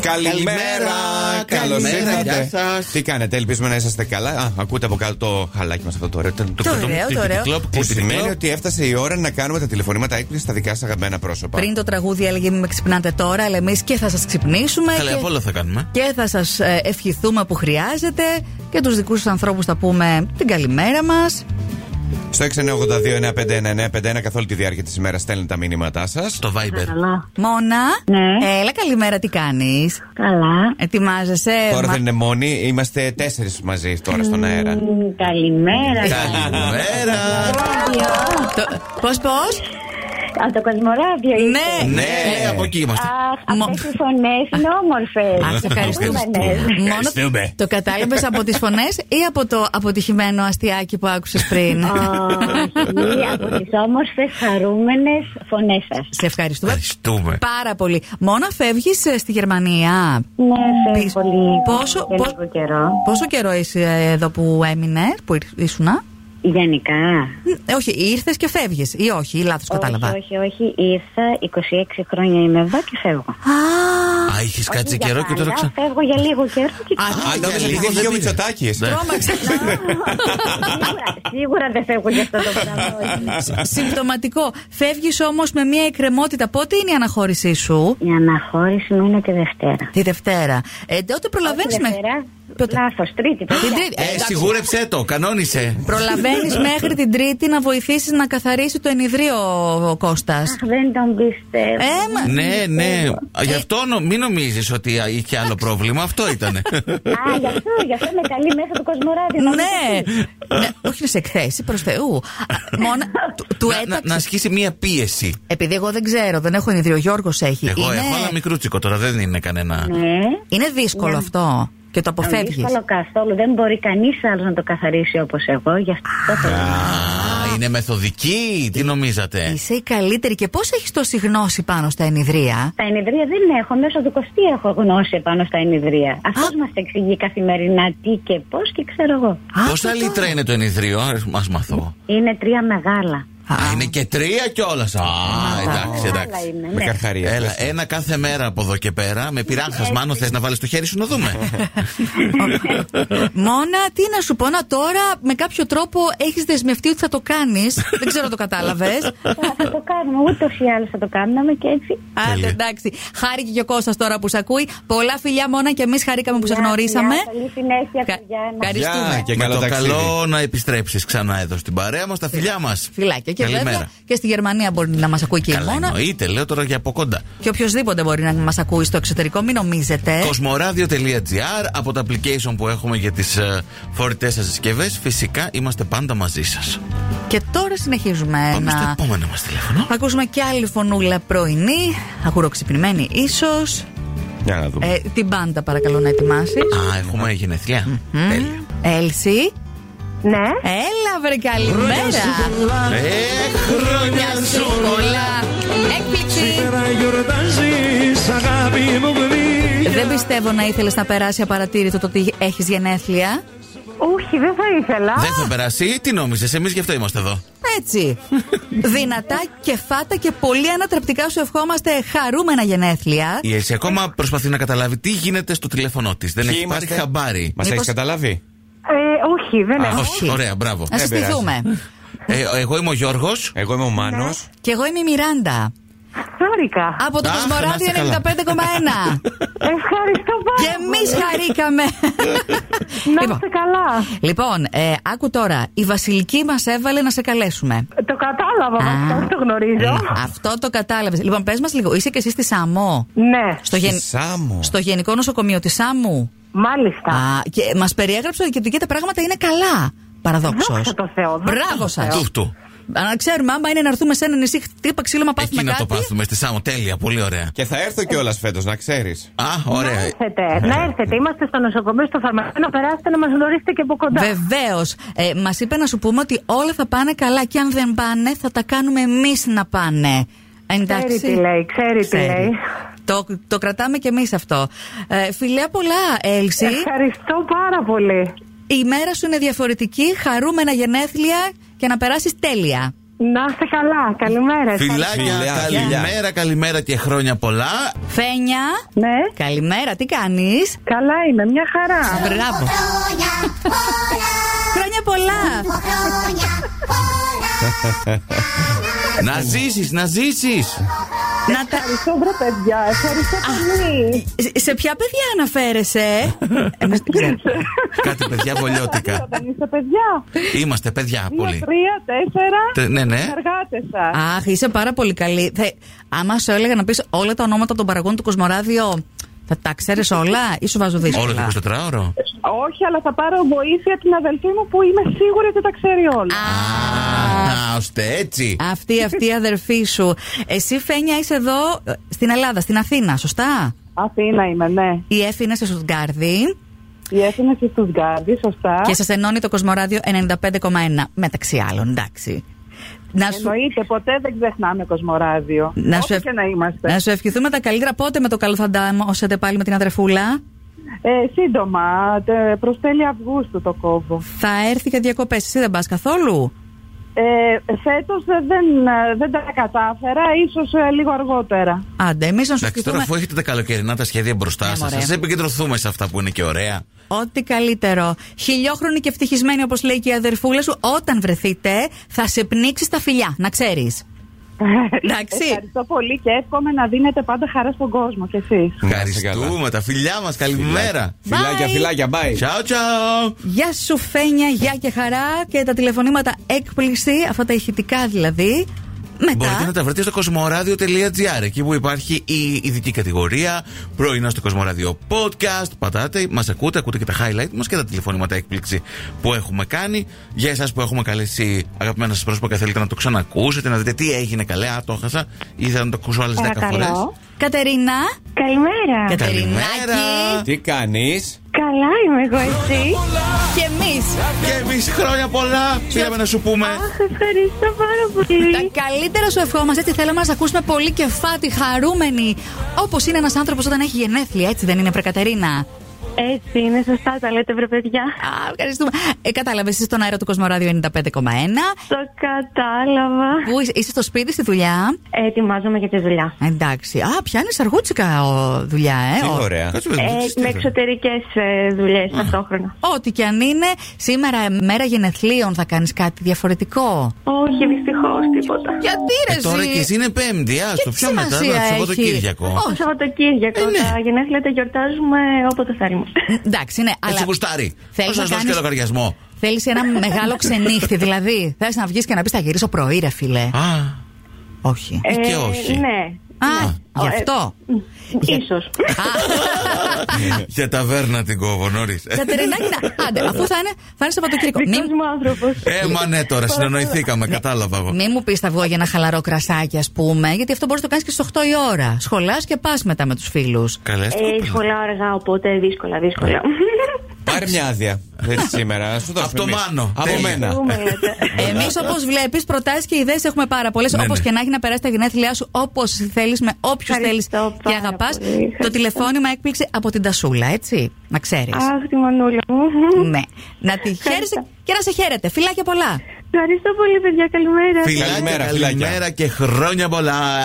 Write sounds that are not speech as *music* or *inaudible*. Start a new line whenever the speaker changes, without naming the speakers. Καλημέρα! Καλώς
καλημέρα,
ήρθατε.
γεια σας.
Τι κάνετε, ελπίζουμε να είσαστε καλά. Α, ακούτε από κάτω το χαλάκι μας αυτό το ωραίο.
Το ωραίο, το ωραίο.
Που σημαίνει ότι έφτασε η ώρα να κάνουμε τα τηλεφωνήματα έκπληξη στα δικά σας αγαπημένα πρόσωπα.
Πριν το τραγούδι έλεγε Μην με ξυπνάτε τώρα, αλλά εμείς και θα σας ξυπνήσουμε.
Καλά,
και-
απ' όλα θα κάνουμε.
Και θα σας ε, ευχηθούμε που χρειάζεται και τους δικούς σας ανθρώπους θα πούμε την καλημέρα μας.
Στο 692-951-951 καθ' όλη τη διάρκεια της ημέρας στέλνετε τα μήνυματά σας.
Στο Viber.
Καλά.
Μόνα,
Ναι.
έλα καλημέρα τι κάνεις,
Καλά.
ετοιμάζεσαι.
Τώρα
μα-
δεν είναι μόνοι, είμαστε τέσσερις μαζί τώρα στον αέρα.
Μ, Καλημέρα.
Ναι, Καλημέρα.
Το- Πώς πώς,
Από το Κοσμοράδιο. είστε.
ναι.
Ναι, από εκεί είμαστε.
Αχ,
Μο-
αυτές οι φωνές είναι όμορφες.
Α, σε ευχαριστούμε.
Ευχαριστούμε.
Μόνο το κατάλαβες από τις φωνές ή από το αποτυχημένο αστιάκι που άκουσες πριν.
Όχι, από τις όμορφες χαρούμενες φωνές σας.
Σε ευχαριστούμε
Ευχαριστούμε.
πάρα πολύ. Μόνα φεύγεις ε, στη Γερμανία.
Ναι,
Πεις-
σε πολύ
πόσο-
και
πόσο-
λίγο καιρό.
Πόσο καιρό είσαι εδώ που έμεινες, που ήρ- ήσουνα.
Γενικά.
Ε, Όχι, ήρθες και φεύγεις, ή όχι, ή λάθος κατάλαβα.
Όχι, όχι, όχι. Ήρθα 26 χρόνια είμαι εδώ και φεύγω.
Α,
Α, είχες
Όχι
κάτσει
για
καιρό και τώρα
πάντα,
ξανά.
Φεύγω για λίγο καιρό και
Α,
για
νόμιζα
λίγο
επειδή
δεν
βγει ο
πήρε.
Μητσοτάκη.
Ναι.
*laughs*
τρόμαξα.
Σίγουρα- Σίγουρα δεν φεύγω για αυτό το
Ναι.
πράγμα. όχι.
Συμπτωματικό. Φεύγεις όμως με μια εκκρεμότητα. Πότε είναι η αναχώρησή σου,
Η αναχώρηση μου είναι τη Δευτέρα.
Τη Δευτέρα. Ε, τότε προλαβαίνεις με. Πότε?
Λάθος, Τρίτη. παιδιά.
Την Τρίτη.
Ε, σιγούρεψε το, κανόνισε. *laughs*
Προλαβαίνεις μέχρι την Τρίτη να βοηθήσεις να καθαρίσει το ενιδρίο ο Κώστας.
Αχ, δεν τον πιστεύω.
Ε, μα-
Ναι, ναι.
Ε.
Γι' αυτό νο- μην νομίζεις ότι α, είχε άλλο πρόβλημα. Αυτό ήταν.
Α, γι' αυτό, γι' αυτό με καλεί μέσα του Κοσμοράδη. να
ναι.
μου το πεις.
ναι. Όχι να σε εκθέσει, προς Θεού.
*laughs*
Μόνο του- του
Να
έταξε.
ασκήσει μία πίεση.
Επειδή εγώ δεν ξέρω, δεν έχω ενιδρίο, ο Γιώργος έχει.
Εγώ
Ε, είναι...
έχω, αλλά μικρούτσικο τώρα δεν είναι κανένα.
Ναι.
είναι δύσκολο αυτό και το αποφεύγεις.
Δύσκολο καθόλου. Δεν μπορεί κανείς άλλος να το καθαρίσει όπως εγώ. Γι' αυτό το λέω.
Α, είναι μεθοδική, τι νομίζατε.
Είσαι η καλύτερη και πώς έχεις τόση γνώση πάνω στα ενιδρία.
Τα ενιδρία δεν έχω. Μέσω του Κωστή έχω γνώση πάνω στα ενιδρία. Αυτός μας εξηγεί καθημερινά τι και πώς και ξέρω εγώ.
Πόσα λίτρα είναι το ενιδρίο, ας μάθω.
Είναι τρία μεγάλα.
Α, είναι και τρία κιόλας. Α, εντάξει,
Άλλα
εντάξει.
είναι.
Με
Ναι.
καρχαρία.
Έλα, ένα κάθε μέρα από εδώ και πέρα. Με πειράγχα, μάλλον θες να βάλεις το χέρι σου να δούμε.
*laughs* Μόνα, τι να σου πω, να τώρα με κάποιο τρόπο έχεις δεσμευτεί ότι θα το κάνεις. δεν ξέρω αν το κατάλαβες.
*laughs*
Α, Θα το κάνουμε. Ούτως ή άλλως θα το κάναμε και έτσι.
Άντε,
Τέλεια.
εντάξει. Χάρηκε και ο Κώστας τώρα που σε ακούει. Πολλά φιλιά, Μόνα, και εμείς χαρήκαμε που σε
Γεια,
γνωρίσαμε.
γεια. Καλή συνέχεια,
Κα-
παιδιά. Να-
Ευχαριστούμε.
Γεια *laughs* και
Με
καλό
το
ταξίδι.
καλό να επιστρέψεις ξανά εδώ στην παρέα μας, τα φιλιά μας.
Φιλάκια. Και βέβαια
Καλημέρα.
και στη Γερμανία μπορεί να μας ακούει και η
Καλά,
Μόνα.
εννοείται, λέω τώρα για από κοντά.
Και οποιοδήποτε μπορεί να μας ακούει στο εξωτερικό, μην νομίζετε.
Κοσμοradio.gr από τα application που έχουμε για ε, τι φορητές σας συσκευές. Φυσικά είμαστε πάντα μαζί σας.
Και τώρα συνεχίζουμε
Πάμε στο
να
επόμενο μας τηλέφωνο.
θα ακούσουμε και άλλη φωνούλα πρωινή, αγουροξυπνημένη ίσως.
Για να δούμε.
Ε, την πάντα παρακαλώ να ετοιμάσεις.
Α, έχουμε γενεθλιά. Τέλεια.
Έλση,
Ναι.
έλα βρε καλημέρα.
Ε, χρόνια σου
Πολλά. Έκπληξη. Δεν πιστεύω να ήθελες να περάσει απαρατήρητο το ότι έχεις γενέθλια.
Όχι, δεν θα ήθελα.
Δεν θα περάσει, τι νόμιζες, εμείς γι' αυτό είμαστε εδώ. *laughs*
Έτσι. Δυνατά και φάτα και πολύ ανατρεπτικά σου ευχόμαστε χαρούμενα γενέθλια.
Η Ελση ακόμα προσπαθεί να καταλάβει τι γίνεται στο τηλέφωνό της. Δεν
Ποιοι
έχει πάρει
είμαστε?
χαμπάρι.
Μας έχεις
Μήπως-
καταλάβει.
Ε, όχι, δεν
Α,
έχω.
όχι. Ωραία, μπράβο.
Να
δεν
συστηθούμε.
Ε, εγώ είμαι ο Γιώργος.
Εγώ είμαι ο Μάνος.
Και εγώ είμαι η Μιράντα.
Χάρηκα.
Από το
Αχ, να
Κοσμοράδιο
είστε καλά. *laughs*
95,1.
Ευχαριστώ
Και
πάρα
εμεί χαρήκαμε.
Να
λοιπόν,
είστε καλά.
λοιπόν ε, άκου τώρα. Η Βασιλική μας έβαλε να σε καλέσουμε. Ε,
Το κατάλαβα, αυτό το γνωρίζω.
Λοιπόν, Αυτό το κατάλαβες. Λοιπόν, πες μας λίγο, είσαι και εσύ στη Σαμό.
Ναι,
Στο, γεν-
Σάμο.
στο Γενικό Νοσοκομείο της Σάμου.
μάλιστα.
Α, και μας περιέγραψε ότι και τα πράγματα είναι καλά. Παραδόξως.
Δόξα τω Θεώ, δόξα
Μπράβο
τω
σας.
Τούφ του.
Να ξέρουμε, άμα είναι να έρθουμε σε ένα νησί, χτύπα ξύλο,
Εκεί
πάθουμε
να το
κάτι.
πάθουμε στη Σάμο. Τέλεια, πολύ ωραία.
Και θα έρθω κιόλας φέτος, να ξέρεις.
Α, ωραία.
Έρθετε, να έρθετε. Είμαστε στο νοσοκομείο, στο φαρμακείο. Να περάσετε να μας γνωρίσετε και από κοντά.
Βεβαίως. Ε, μας είπε να σου πούμε ότι όλα θα πάνε καλά και αν δεν πάνε, θα τα κάνουμε εμείς να πάνε. Ε, Εντάξει.
Ξέρει τι λέει, ξέρει τι λέει.
Το, το κρατάμε κι εμείς αυτό. Ε, φιλιά πολλά, Έλση.
Ευχαριστώ πάρα πολύ.
Η μέρα σου είναι διαφορετική. Χαρούμενα γενέθλια και να περάσεις τέλεια.
Να είστε καλά. Καλημέρα.
Φιλάκια,
Φιλιά,
καλημέρα,
φιλιά.
καλημέρα και χρόνια πολλά.
Φένια.
Ναι,
Καλημέρα, τι κάνεις.
καλά είμαι. Μια χαρά.
Μπράβο.
Χρόνια πολλά,
Χρόνια πολλά.
χρόνια πολλά.
Να ζήσεις, να ζήσεις.
Να τα...
Ευχαριστώ, βρε παιδιά. Ευχαριστώ πολύ.
Σε- Σε ποια παιδιά αναφέρεσαι, Εμεί δεν ξέρουμε.
Κάτι παιδιά βολιώτικα.
Δεν είστε παιδιά.
Είμαστε παιδιά
Δύο,
πολύ.
τρία,
Τε-
τέσσερα.
ναι, ναι.
Συνεργάτε σας.
Αχ, είσαι πάρα πολύ καλή. Θε... Άμα σου έλεγα να πεις όλα τα ονόματα των παραγών του Κοσμοράδιο, θα τα ξέρεις όλα ή σου βάζω
Όλο
δύσκολα.
το 24ωρο.
Όχι, αλλά θα πάρω βοήθεια την αδελφή μου που είμαι σίγουρη ότι τα ξέρει όλα.
Α, ώστε έτσι.
Αυτή, αυτή η αδερφή σου. Εσύ, Φένια, είσαι εδώ ε, στην Ελλάδα, στην Αθήνα, σωστά.
Αθήνα είμαι, ναι.
Η Εφη είναι σε Σουτγκάρδη
Η Έθινα και του Γκάντι, σωστά.
και σας ενώνει το Κοσμοράδιο 95,1. Μεταξύ άλλων, εντάξει. Να σου,
Εννοείται, ποτέ δεν ξεχνάμε Κοσμοράδιο.
να,
Όπου
σου ευ-
και να είμαστε.
να σου ευχηθούμε τα καλύτερα. Πότε με το καλό θα ντάμωσετε πάλι με την αδερφούλα.
Ε, σύντομα, τε- προς τέλη Αυγούστου το κόβω.
Θα έρθει για διακοπές. Εσύ δεν πας καθόλου.
Ε, φέτος ε, δεν, ε, δεν τα κατάφερα, ίσως ε, λίγο αργότερα.
Άντε, εμείς να σου
Εντάξει, τώρα
ευχηθούμε
αφού έχετε τα καλοκαιρινά τα σχέδια μπροστά
Ναι,
σας,
μωρέ.
ας επικεντρωθούμε σε αυτά που είναι και ωραία.
ό,τι καλύτερο. Χιλιόχρονη και ευτυχισμένη, όπως λέει και η αδερφούλα σου, όταν βρεθείτε, θα σε πνίξει τα φιλιά, να ξέρεις.
*laughs*
Εντάξει.
Ευχαριστώ πολύ και εύχομαι να δίνετε πάντα χαρά στον κόσμο κι εσείς.
Να είσαι καλά.
Ευχαριστούμε. Τα φιλιά μας, καλημέρα.
Φιλάκια,
Bye.
φιλάκια, bye.
Τσαου, τσαου.
Γεια σου, Φένια, γεια και χαρά. Και τα τηλεφωνήματα έκπληξη, αυτά τα ηχητικά δηλαδή.
Μπορείτε να
Μετά.
τα βρείτε στο κοσμοradio.gr εκεί που υπάρχει η ειδική κατηγορία. Πρωινό στο Κοσμοράδιο Podcast. Πατάτε, μας ακούτε, ακούτε και τα highlight μας και τα τηλεφωνήματα έκπληξη που έχουμε κάνει. Για εσάς που έχουμε καλέσει αγαπημένα σας πρόσωπα και θέλετε να το ξανακούσετε, να δείτε τι έγινε καλέ. Α, το χάσα. Ή θα το ακούσω άλλες 10 φορές.
Κατερίνα.
Καλημέρα.
Καλημέρα.
Κατερινάκη.
Τι κάνεις
Καλά είμαι εγώ εσύ.
Και εμείς.
Και εμείς χρόνια πολλά. Πήραμε να σου πούμε.
Αχ, ευχαριστώ πάρα πολύ.
Τα καλύτερα σου ευχόμαστε. Έτσι θέλαμε να σε ακούσουμε πολύ και φάτη, χαρούμενη. Όπως είναι ένας άνθρωπος όταν έχει γενέθλια, έτσι δεν είναι, Πρεκατερίνα.
Έτσι είναι, σωστά τα λέτε, βρε παιδιά.
Α, ευχαριστούμε. Ε, Κατάλαβε, είσαι στον αέρα του Κοσμοράδιο 95,1.
Το κατάλαβα.
Πού είσαι, είσαι στο σπίτι, στη δουλειά.
Ετοιμάζομαι για τη δουλειά.
Εντάξει. Α, πιάνεις αργούτσικα ο, δουλειά, ε.
Τι
Ο-
ωραία.
Κάτσε, παιδί μου, τι
Ε, με
στείλε.
εξωτερικέ δουλειέ ταυτόχρονα.
Ό,τι και αν είναι, σήμερα ε, μέρα γενεθλίων θα κάνεις κάτι διαφορετικό.
Όχι, δυστυχώς τίποτα.
Γιατί ρε,
Ε, Τώρα
εσύ?
και εσύ είναι Πέμπτη, άστο.
τι
Πιο μετά,
σημασία
το
έχεις?
Σαββατοκύριακο.
Το Σαββατοκύριακο
Ε, ναι.
τα γενέθλια τα γιορτάζουμε όποτε θέλουμε.
Εντάξει, ναι, αλλά.
Έτσι γουστάρει.
Θέλεις
Πώς να
να
σα δώσω και
κάνεις-
λογαριασμό.
Θέλεις ένα μεγάλο ξενύχτη, δηλαδή. Θε να βγεις και να πεις θα γυρίσω πρωί, ρε φίλε.
Α,
Όχι.
Ε, και όχι.
Ναι.
Α, γι' αυτό. Για-
Ίσως.
Α,
Ε,
*laughs*
Για ταβέρνα την κόβω νωρίς.
Κατερινάκη, να- άντε, αφού θα είναι, θα είναι Σαββατοκύριακο.
Δικός
Μην,
μου άνθρωπος.
Ε, μα ναι τώρα, συνεννοηθήκαμε, κατάλαβα εγώ.
μη μου πεις θα βγω για ένα χαλαρό κρασάκι, ας πούμε, γιατί αυτό μπορείς να το κάνεις και στις 8 η ώρα. Σχολάς και πας μετά με τους φίλους.
Καλές.
Ε, σχολάω αργά, οπότε δύσκολα, δύσκολα.
Πάρε μια άδεια. Έτσι σήμερα. να Σου δώσουμε
Απ' το
εμείς.
Μάνο.
Από
Τέλεια.
μένα.
Δούμε, λέτε.
Εμεί, όπως βλέπεις, προτάσεις και ιδέες έχουμε πάρα πολλές.
Ε, Ναι,
Όπως όπω
ναι.
και να έχει να περάσει τα γενέθλιά σου, όπως θέλεις, με όποιους θέλει
Ευχαριστώ
και
πάρα
αγαπάς.
πολύ.
Το
Ευχαριστώ.
τηλεφώνημα έκπληξε από την Τασούλα, έτσι. Να ξέρεις.
Αχ, τη μανούλα μου.
Ναι. Να τη χαίρεσαι και να σε χαίρετε. Φιλάκια πολλά.
Ευχαριστώ πολύ, παιδιά. Καλημέρα.
Καλημέρα,
Φιλάκια,
φιλάκια.
καλημέρα και χρόνια πολλά.